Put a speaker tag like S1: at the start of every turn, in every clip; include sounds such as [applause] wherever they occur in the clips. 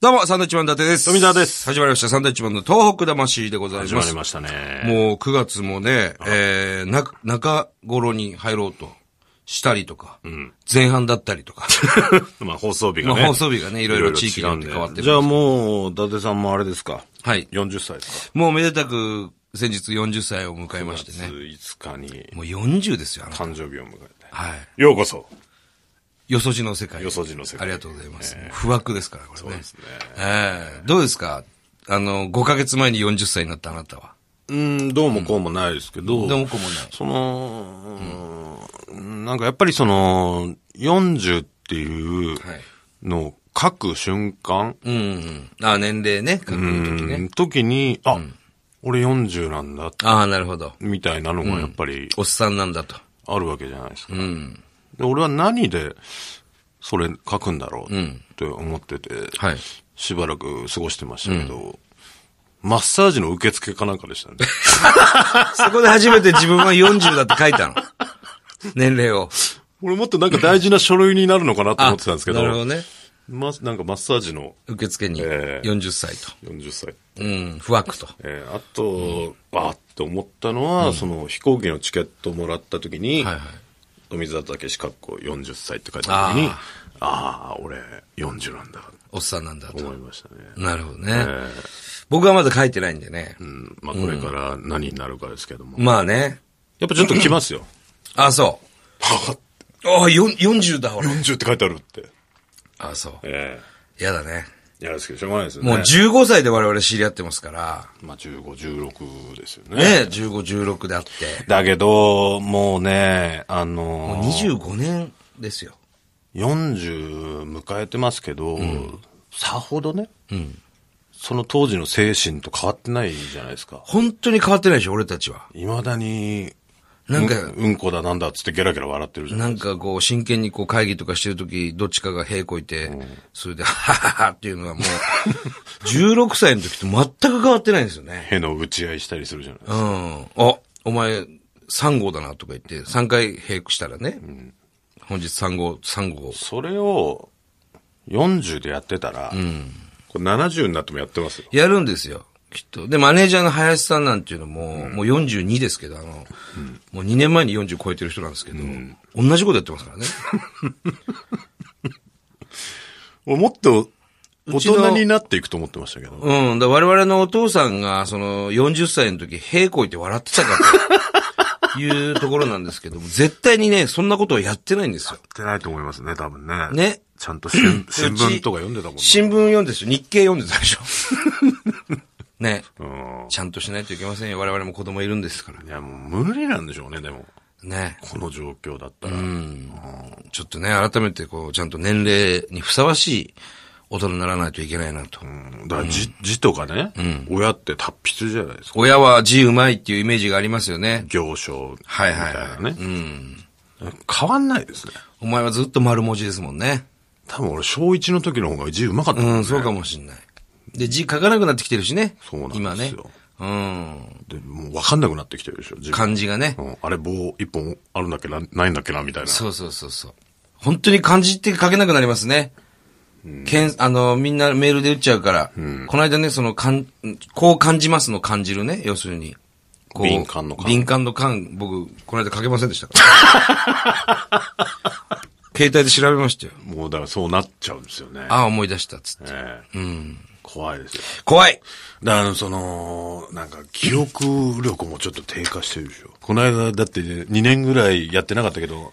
S1: どうも、サンドイッチマン伊達です。
S2: 富澤です
S1: 始まりました、サンドイッチマンの東北魂でございます。
S2: 始まりましたね。
S1: もう9月もね、えー、な、中頃に入ろうとしたりとか、前半だったり
S2: [laughs]
S1: とか、
S2: まあ放送日
S1: ま
S2: が
S1: あ
S2: ね。
S1: 放送日がね、いろいろ地域によって
S2: いろいろ
S1: 変わ
S2: 違うんで
S1: ってる。
S2: じゃあもう、伊達さんもあれですか。
S1: はい。
S2: 40歳です
S1: もうめでたく、先日40歳を迎えまして
S2: か。
S1: ね。
S2: 5日に
S1: もう40ですよ、あなた
S2: 誕生日を迎えて。
S1: はい。
S2: ようこそ。
S1: よそじの世界。
S2: よそじの世界
S1: ありがとうございます。不惑ですから、これね。そうです
S2: ね。
S1: ええどうですかあの、5ヶ月前に40歳になったあなたは。
S2: うん、どうもこうもないですけど。
S1: どうもこうもない
S2: その、うんなんかやっぱりその、40っていう
S1: はい
S2: のを書く瞬間、
S1: うんうん。ああ、年齢ね、確認の時
S2: う
S1: ね。
S2: ん時に、あ、俺40なんだ、
S1: ああ、なるほど。
S2: みたいなのがやっぱり
S1: おっさんなんだと。
S2: あるわけじゃないですか。
S1: うん。
S2: で俺は何でそれ書くんだろうって思ってて、
S1: はい。
S2: しばらく過ごしてましたけど、マッサージの受付かなんか
S1: [laughs]
S2: でしたね。
S1: そこで初めて自分は40だって書い
S2: [laughs]
S1: たの。年齢を。
S2: 俺もっとなんか大事な書類になるのかなと思ってたんですけど、
S1: なるほどね。
S2: ま、なんかマッサージの
S1: 受付に
S2: ええ
S1: 40歳と。
S2: 40歳。
S1: うん、不惑と。
S2: えーあと、あーって思ったのは、その飛行機のチケットもらった時に、
S1: はいはい。
S2: 富澤たけしかっこ40歳って書いた時に、ああー、俺40なんだ
S1: おっさんなんだ
S2: と
S1: と。
S2: 思いましたね。
S1: なるほどね。僕はまだ書いてないんでね。
S2: うんまあこれから何になるかですけども。
S1: まあね。
S2: やっぱちょっと来ますよ。
S1: あ、そう。
S2: は
S1: ああ、よん40だ、ほら。
S2: 40って書いてあるって。
S1: あそう。
S2: え
S1: やだね。
S2: えやるですけど、しょうがないですよね。
S1: もう15歳で我々知り合ってますから。
S2: まあ15、16ですよ
S1: ね
S2: ね。
S1: 15、16であって。
S2: だけど、もうね、あのー、
S1: 25年ですよ。
S2: 40迎えてますけど、さほどね、その当時の精神と変わってないじゃないですか。
S1: 本当に変わってないでしょ、俺たちは。
S2: 未だに、
S1: なんか
S2: うん、うんこだなんだっつってゲラゲラ笑ってるじゃん。
S1: なんかこう、真剣にこう会議とかしてるとき、どっちかが平こいて、それで、はははっていうのはもう、16歳の時と全く変わってないんですよね。
S2: への打ち合いしたりするじゃない。
S1: うん。あ、お前、3号だなとか言って、3回平くしたらね、本日3号、3号。
S2: それを、40でやってたら、これ70になってもやってますよ。
S1: やるんですよ。きっと。で、マネージャーの林さんなんていうのも、もう42ですけど、あの、もう2年前に40超えてる人なんですけど、同じことやってますからね。
S2: 俺もっと大
S1: ちの
S2: 人になっていくと思ってましたけど。
S1: うん。だ我々のお父さんが、その、40歳の時、平行いて笑ってたかというところなんですけども、絶対にね、そんなことをやってないんですよ。
S2: ってないと思いますね、多分ね。
S1: ね
S2: ちゃんと新新
S1: うち
S2: 聞とか読んでたもんね。
S1: 新聞読んでたでしょ日経読んでたでしょね。
S2: うん
S1: ちゃんとしないといけませんよ。我々も子供いるんですから。
S2: いや、もう無理なんでしょうね、でも。
S1: ね。
S2: この状況だったら。
S1: ちょっとね、改めて、こう、ちゃんと年齢にふさわしい大人にならないといけないなと。
S2: うんだから字、字とかね、親って達筆じゃないですか。
S1: 親は字うまいっていうイメージがありますよね。
S2: 行書み
S1: は
S2: た
S1: い
S2: い
S1: はい
S2: な
S1: はい
S2: ね。変わんないですね。
S1: お前はずっと丸文字ですもんね。
S2: 多分俺、小一の時の方が字うまかったも
S1: うん
S2: ね
S1: ん、そうかもしんない。で、字書かなくなってきてるしね。
S2: そうなんですよ
S1: 今ね。うん。
S2: で、もう分かんなくなってきてるでしょ、自分。
S1: 漢字がね。
S2: うんあれ棒一本あるんだっけな、ないんだっけな、みたいな。
S1: そうそうそうそう。本当に漢字って書けなくなりますね。けん、あの、みんなメールで打っちゃうから。この間ね、その、かん、こう感じますの感じるね。要するに。こう
S2: 敏感の感
S1: 敏感の感、僕、この間書けませんでしたから。
S2: [laughs]
S1: 携帯で調べましたよ。
S2: もうだからそうなっちゃうんですよね。
S1: ああ、思い出したっつって。
S2: ええ怖いですよ。
S1: 怖い
S2: だから、その、なんか、記憶力もちょっと低下してるでしょ。この間、だって、2年ぐらいやってなかったけど、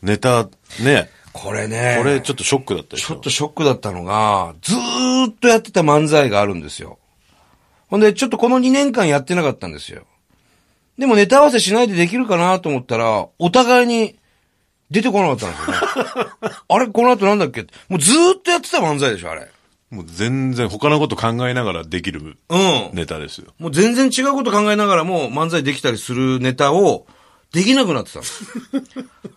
S2: ネタ、ね、
S1: これね。
S2: これちょっとショックだったでし
S1: ちょっ
S2: ょ。
S1: とショックだったのが、ずーっとやってた漫才があるんですよ。ほんで、ちょっとこの2年間やってなかったんですよ。でもネタ合わせしないでできるかなと思ったら、お互いに出てこなかったんですよ [laughs] ね。あれ、この後なんだっけってもうずーっとやってた漫才でしょ、あれ。
S2: もう全然他のこと考えながらできる
S1: うん。
S2: ネタですよ。
S1: もう全然違うこと考えながらも漫才できたりするネタを、できなくなってたん [laughs] です。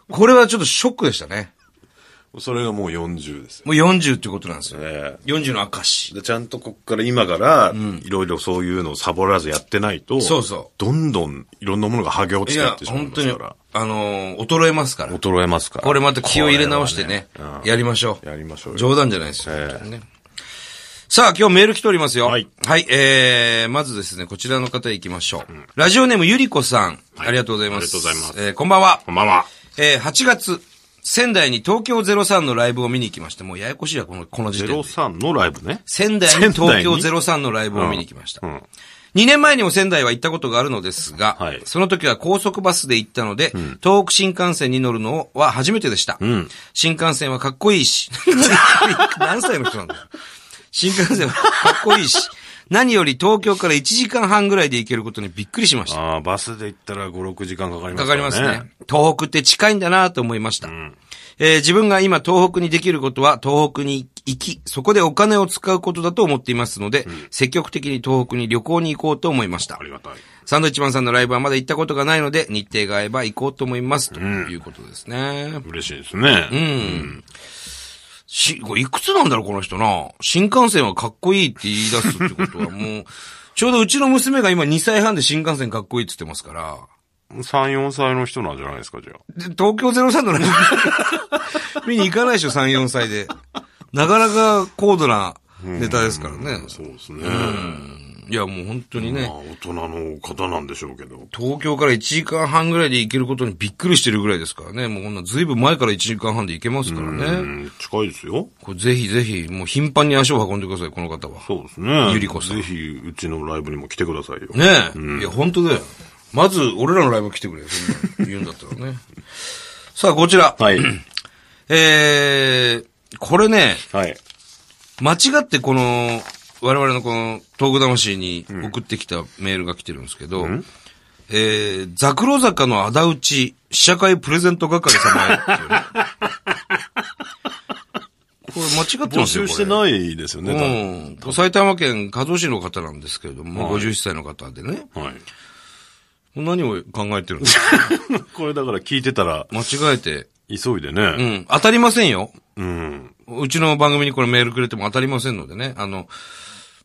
S1: これはちょっとショックでしたね。
S2: それがもう40ですよ。
S1: もう40ってことなんですよ。
S2: え
S1: 40の証
S2: え。でちゃんとこっから今から、いろいろそういうのをサボらずやってないと、
S1: そうそう
S2: どんどんいろんなものが剥げ落
S1: い
S2: ちていっ
S1: や
S2: て、しまい
S1: 本
S2: ま
S1: 当
S2: す
S1: に
S2: から、。
S1: あのー、衰えますから。
S2: 衰えますから。
S1: これまた気を入れ直してね
S2: これはねうん、
S1: やりましょう。
S2: やりましょうよ
S1: 冗談じゃないですよ。
S2: ええ
S1: 本当にねさあ、今日メール来ておりますよ。は
S2: はいい。
S1: えー、まずですね、こちらの方行きましょう。ラジオネームゆりこさん、
S2: はい
S1: ありがとうございます。
S2: ありがとうございます
S1: えー、こんばんは。
S2: こんばんは。
S1: えー、8月、仙台に東京03のライブを見に行きまして、もうややこしいわ、この、この時点で。
S2: 03のライブね。
S1: 仙台に東京03のライブを見に行きました。
S2: うん。
S1: 2年前にも仙台は行ったことがあるのですが、
S2: はい
S1: その時は高速バスで行ったので、東北新幹線に乗るのは初めてでした。
S2: ん
S1: 新幹線はかっこいいし、 [laughs] 何歳の人なんだよ新幹線はかっこいいし、何より東京から1時間半ぐらいで行けることにびっくりしました。
S2: ああ、バスで行ったら5、6時間かかりま
S1: か
S2: す
S1: かりますね。。東北って近いんだなと思いました。えー自分が今東北にできることは東北に行き、そこでお金を使うことだと思っていますので、積極的に東北に旅行に行こうと思いました。
S2: ありがたい。
S1: サンドイッチマンさんのライブはまだ行ったことがないので、日程が合えば行こうと思います。ということですね。
S2: 嬉しいですね。
S1: うん。し、これいくつなんだろう、この人な。新幹線はかっこいいって言い出すってことはもう、 [laughs] ちょうどうちの娘が今2歳半で新幹線かっこいいって言ってますから、
S2: 3、4歳の人なんじゃないですか、じゃあ。
S1: で東京03のライブ [laughs] 見に行かないでしょ、3、4歳で。なかなか高度なネタですからね。
S2: そうですね。
S1: いや、もう本当にね。
S2: まあ、大人の方なんでしょうけど。
S1: 東京から1時間半ぐらいで行けることにびっくりしてるぐらいですからね。もうこんなずいぶん前から1時間半で行けますから
S2: う
S1: ね。
S2: ん、近いですよ。
S1: これぜひぜひ、もう頻繁に足を運んでください、この方は。
S2: そうですね。
S1: ゆりこさん
S2: ぜひ、うちのライブにも来てくださいよ。
S1: ねえ。いや、本当だよ。まず、俺らのライブ来てくれよ、そんなの言うんだった
S2: [laughs]
S1: らね。さあ、こちら。 [clears throat]
S2: はい。
S1: えー、これね、
S2: はい。
S1: 間違ってこの、我々のこの、東北魂に送ってきたメールが来てるんですけど、えー、ザクロ坂の仇討ち、試写会プレゼント係様へっていう
S2: [laughs]
S1: ねこれ間違って
S2: 募
S1: ますよ、こ
S2: 集し
S1: れ
S2: て。ないですよね、
S1: うん。埼玉県加須市の方なんですけれども、
S2: はい
S1: 51歳の方でね。
S2: 多分。はい。
S1: 何を考えてるんですか
S2: [laughs] これだから聞いてたら、
S1: 間違えて。
S2: 急いで
S1: う
S2: ね。
S1: ん。当たりませんよ。
S2: うん。
S1: うちの番組にこれメールくれても当たりませんのでね。あの、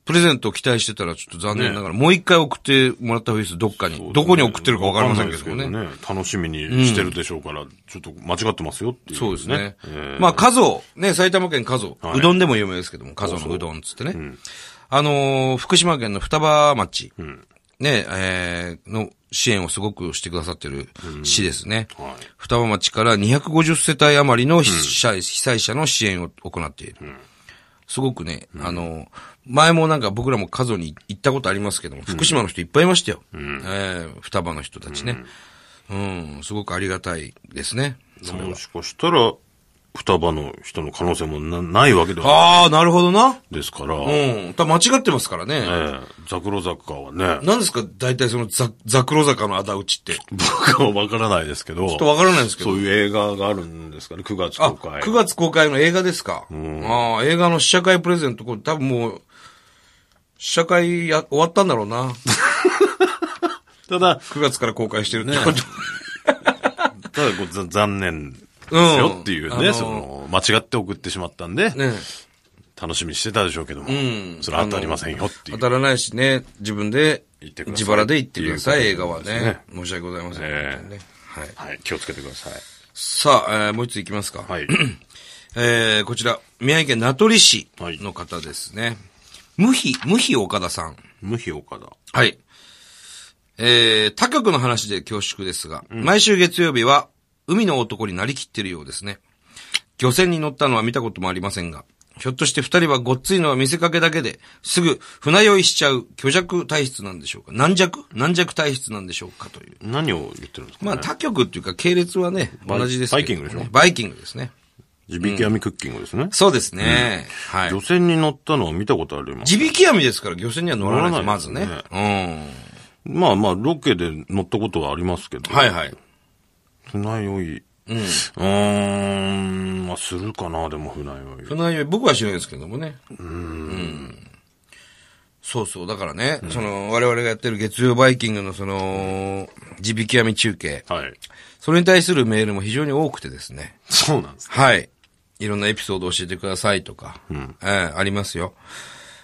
S1: プレゼントを期待してたらちょっと残念ながら、もう一回送ってもらった方がいいです、どっかに。どこに送ってるかわかりませんけど
S2: わか
S1: ね。
S2: んないですけどね。楽しみにしてるでしょうから、ちょっと間違ってますよっていう。
S1: そうですね。
S2: え
S1: まあ、加蔵、ね、埼玉県加蔵、
S2: はいう
S1: どんでも有名ですけども、加蔵のうどんっつってね。あのー福島県の双葉町、ね、えーの支援をすごくしてくださってる市ですね。
S2: ーはい。
S1: 双葉町から250世帯余りの被災,、被災者の支援を行っている。すごくね、あの、前もなんか僕らも家族に行ったことありますけども、福島の人いっぱいいましたよ。えー双葉の人たちね、うん。すごくありがたいですね。
S2: もしかしたら、双葉の人の可能性もなないわけでは
S1: ああ、なるほどな。
S2: ですから、
S1: う
S2: え
S1: ん。た間違ってますからね。
S2: えザクロザカはね、 [laughs]
S1: 何ですか大体そのザ、ザクロ坂の仇討ちって。ちょ
S2: 僕はわからないですけど、
S1: っとわからないんですけ
S2: そ
S1: ど。
S2: ういう映画があるんですかね、9月
S1: あ、
S2: 公開。
S1: 9月公開の映画ですか。ああ、映画の試写会プレゼント、これ多分もう、試写会や終わったんだろうな。
S2: ただ、
S1: 9月から公開して
S2: [laughs]
S1: るってこと。
S2: ただこうざ残念です
S1: うん
S2: よっていうね、
S1: あのー
S2: その、間違って送ってしまったんで、
S1: ね
S2: 楽しみにしてたでしょうけども、
S1: ん
S2: それ当たりませんよってい
S1: 当
S2: う。
S1: たらないしね、自分で
S2: 行ってください
S1: 自腹で行ってください、
S2: ってい
S1: 映
S2: う
S1: 画
S2: こ
S1: は
S2: とですね
S1: ね。申し訳ございません、
S2: ええ
S1: 本当にねはい。
S2: はい、気をつけてください。
S1: さあ、えーもう一つ行きますか。 [clears throat]
S2: はい。
S1: えーこちら、宮城県名取市の方ですね。無比、無比岡田さん。
S2: 無比岡田。
S1: はい。えー、他局の話で恐縮ですが、毎週月曜日は海の男になりきってるようですね。漁船に乗ったのは見たこともありませんが、ひょっとして二人はごっついのは見せかけだけで、すぐ船酔いしちゃう虚弱体質なんでしょうか軟弱軟弱体質なんでしょうかという。
S2: 何を言ってるんですか、ね、
S1: まあ、他局っていうか系列はね、
S2: バイ
S1: 同じですけど、ね。
S2: バイキングでしょ
S1: バイキングですね。
S2: 地引き網クッキングですね。
S1: そうですね。はい。
S2: 漁船に乗ったのを見たことあります。
S1: 地引き網ですから漁船には乗らないです、
S2: 乗
S1: ま
S2: らないで
S1: ず
S2: す
S1: ね
S2: ね。
S1: うん。
S2: まあまあ、ロケで乗ったことはありますけど。
S1: はいはい。
S2: 船酔い。うん。うーん、まあ、するかな、でも船酔い。
S1: 船酔い、僕はしないですけどもね。うん。そうそう。だからね、その、我々がやってる月曜バイキングのその、地引き網中継。
S2: はい。
S1: それに対するメールも非常に多くてですね。
S2: そうなんですか。
S1: はい。いろんなエピソードを教えてくださいとか。ええありますよ。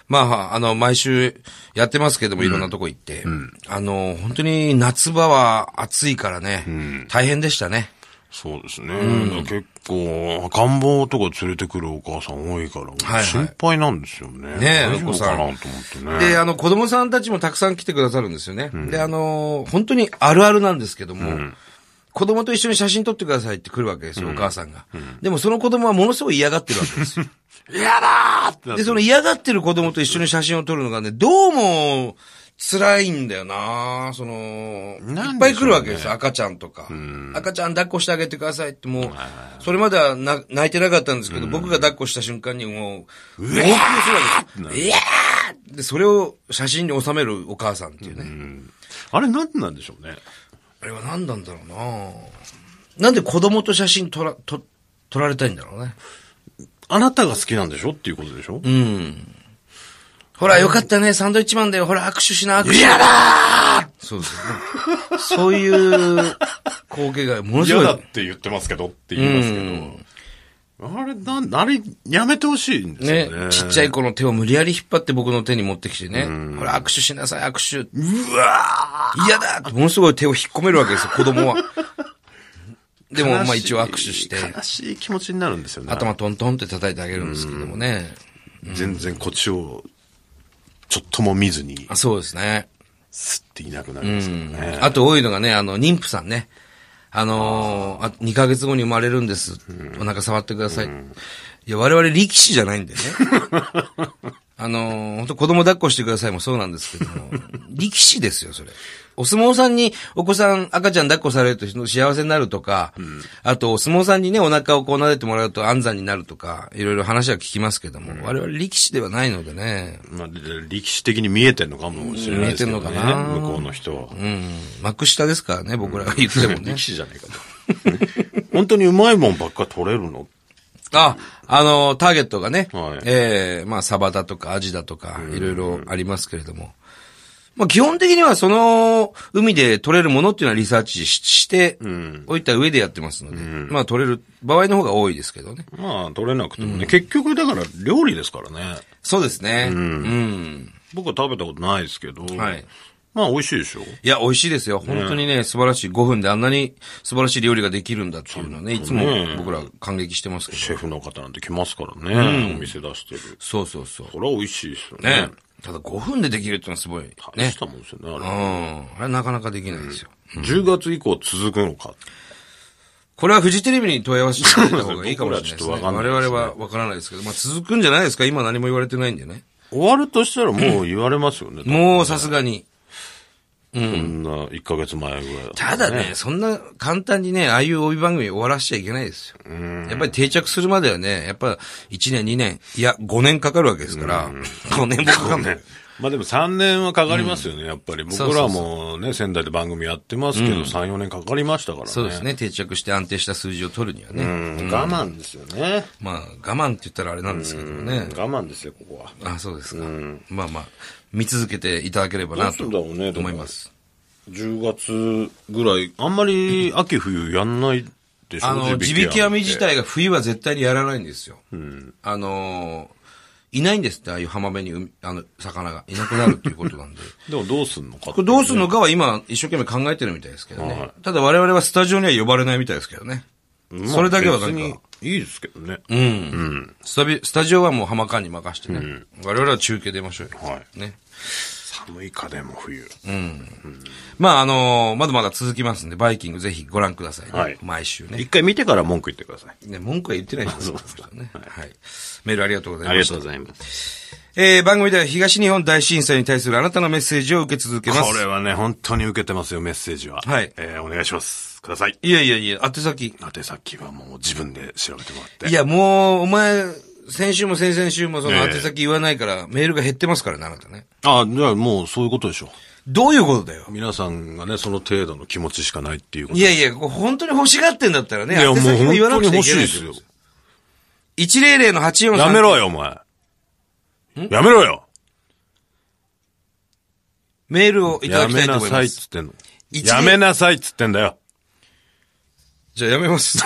S1: まあ、あの、毎週やってますけども、いろんなとこ行って。あの、本当に夏場は暑いからね、大変でしたね。
S2: そうですね。結構、赤ん坊とか連れてくるお母さん多いから、
S1: はい
S2: 心配なんですよね。
S1: ねえ、
S2: 大
S1: お
S2: 丈
S1: 子
S2: 夫
S1: さ
S2: か
S1: ん。
S2: なと思ってね。
S1: で、あの、子供さんたちもたくさん来てくださるんですよね。で、あのー本当にあるあるなんですけども、子供と一緒に写真撮ってくださいって来るわけですよ、お母さんが、でもその子供はものすごい嫌がってるわけですよ。
S2: 嫌だーってなっ
S1: で、
S2: て
S1: その嫌がってる子供と一緒に写真を撮るのがね、どうも辛いんだよなその、
S2: なんでしょうね
S1: いっぱい来るわけですよ、赤ちゃんとか。赤ちゃん抱っこしてあげてくださいってもう、それまではな泣いてなかったんですけど、僕が抱っこした瞬間にもう、号泣するわけですよ。いやーで、それを写真に収めるお母さんっていうね。
S2: あれなんなんでしょうね。
S1: あれは何なんだろうななんで子供と写真撮ら、撮、撮られたいんだろうね。
S2: あなたが好きなんでしょっていうことでしょ
S1: うん。ほら、よかったね、サンドイッチマンだよ。ほら、握手しな、握手。
S2: 嫌だ
S1: そうですね。そういう光景がもの
S2: ー
S1: す
S2: 嫌
S1: ごい
S2: だ。って言ってますけどって言いますけど。あれ、なん、あれ、やめてほしいんです
S1: ね
S2: よね。、
S1: ちっちゃい子の手を無理やり引っ張って僕の手に持ってきてね。ほら、握手しなさい、握手。
S2: うわー
S1: 嫌だってものすごい手を引っ込めるわけですよ、子供は。でも、まあ一応握手して、
S2: 悲しい気持ちになるんですよね。
S1: 頭トントンって叩いてあげるんですけどもね。
S2: 全然こっちを、ちょっとも見ずに
S1: あ、そうですね。
S2: すっていなくなりますからね。
S1: あと多いのがね、あの、妊婦さんね。あのーあ、2ヶ月後に生まれるんです。お腹触ってください。いや、我々力士じゃないんでね。 [laughs] あのー、本当子供抱っこしてくださいもそうなんですけど
S2: [laughs]
S1: も、力士ですよ、それ。お相撲さんにお子さん、赤ちゃん抱っこされると幸せになるとか、あとお相撲さんにね、お腹をこう撫でてもらうと安産になるとか、いろいろ話は聞きますけども、我々力士ではないのでね、
S2: まあ、で力士的に見えてんのかもしれないですけどね。
S1: 見えてんのかな
S2: 向こうの人は。
S1: うん、幕下ですからね、僕らが言ってもね
S2: [laughs] 力。士じゃないかと。本当にうまいもんばっか取れるの
S1: あ、あの、ターゲットがね、
S2: はい
S1: ええまあ、サバだとかアジだとか、いろいろありますけれども。まあ、基本的にはその海で取れるものっていうのはリサーチししておいた上でやってますので、まあ、取れる場合の方が多いですけどね。
S2: まあ、取れなくてもね。結局、だから料理ですからね。
S1: そうですね。うん。
S2: 僕は食べたことないですけど。
S1: はい
S2: まあ、美味しいでしょ。
S1: いや、美味しいですよ。本当にね、素晴らしい。5分であんなに素晴らしい料理ができるんだっていうのはね、いつも僕ら感激してますけど。
S2: シェフの方なんて来ますからね。お店出してる。
S1: そうそうそう。
S2: これは美味しいですよね
S1: ね。。ただ5分でできるっていうのはすごい。
S2: 大
S1: ね
S2: し。たもんですよね、
S1: うん。
S2: あ
S1: あれなかなかできないですよ。
S2: れ。10月以降続くのか。
S1: これはフジテレビに問い合わせていただいた方がいいかもしれないですね。
S2: [laughs] 僕らちょっとわかんないですね
S1: 我々はわからないですけど、まあ続くんじゃないですか今何も言われてないんでね。
S2: 終わるとしたらもう言われますよね。
S1: もうさすがに。
S2: そんな1ヶ月前ぐらいだったたら
S1: だね、そんな簡単にね、ああいう帯番組終わらしちゃいけないですよ。やっぱり定着するまではね、やっぱ1年2年、いや5年かかるわけですから、5年もかかんない。
S2: まあでも3年はかかりますよね、やっぱり。僕らはもうね、仙台で番組やってますけど、3、4年かかりましたからね。
S1: そうですね、定着して安定した数字を取るには
S2: う
S1: ね。
S2: ん。我慢ですよね。
S1: まあ我慢って言ったらあれなんですけどもね。
S2: 我慢ですよ、ここは。
S1: あ、そうですか。まあまあ、見続けていただければなと
S2: どうすんだろうねで
S1: 思
S2: も
S1: います。
S2: 10月ぐらい、あんまり秋冬やんないでしょ、
S1: あの、地
S2: 地
S1: 引
S2: 引
S1: き
S2: き
S1: 網
S2: 網
S1: 自
S2: 自体
S1: 体が冬は絶対にやらないんですよ。あのー、いないんですって、ああいう浜辺にう、あの、魚が。いなくなるっていうことなん [laughs] で。
S2: でもどうすんのか
S1: これどうするのかは今、一生懸命考えてるみたいですけどね。
S2: は
S1: ただ我々はスタジオには呼ばれないみたいですけどね。それだけは
S2: 別
S1: なん
S2: に
S1: か、
S2: いいですけどね。
S1: うん。スタビスタジオはもう浜間に任してね。我々は中継出ましょうよ。
S2: はい
S1: ね。
S2: 寒いかでも冬。
S1: まあ、あのーまだまだ続きますんで、バイキングぜひご覧くださいね、
S2: はい
S1: 毎週ね
S2: 一。回見てから文句言ってください。
S1: ね、文句は言ってないです
S2: そうですか
S1: ね。はい。メールありがとうございました。
S2: ありがとうございます。
S1: えー、番組では東日本大震災に対するあなたのメッセージを受け続けます。
S2: これはね、本当に受けてますよ、メッセージは。
S1: はい
S2: えーお願いします。ください。
S1: いやいやいや、宛先。
S2: 宛先はもう自分で調べてもらって。
S1: いや、もう、お前、先週も先々週もその
S2: ええ
S1: 宛先言わないから、メールが減ってますからね、あなたね。
S2: あ、じゃあもうそういうことでしょ。
S1: どういうことだよ。
S2: 皆さんがね、その程度の気持ちしかないっていうこと。
S1: いやいや、こう本当に欲しがってんだったらね、
S2: いや
S1: 宛
S2: もう
S1: 先も
S2: 本
S1: 言わ
S2: 当
S1: なく
S2: に
S1: ちゃいけない
S2: 欲しいで
S1: です
S2: す
S1: よ
S2: よ。。
S1: 100の843。
S2: やめろよ、お前。やめろよ
S1: メールをいただ
S2: や
S1: きた
S2: め
S1: いと
S2: な
S1: 思い
S2: さい
S1: ま
S2: っつ
S1: す。
S2: ってんの。
S1: 一
S2: やめなさいっつってんだよ。
S1: じゃあやめます。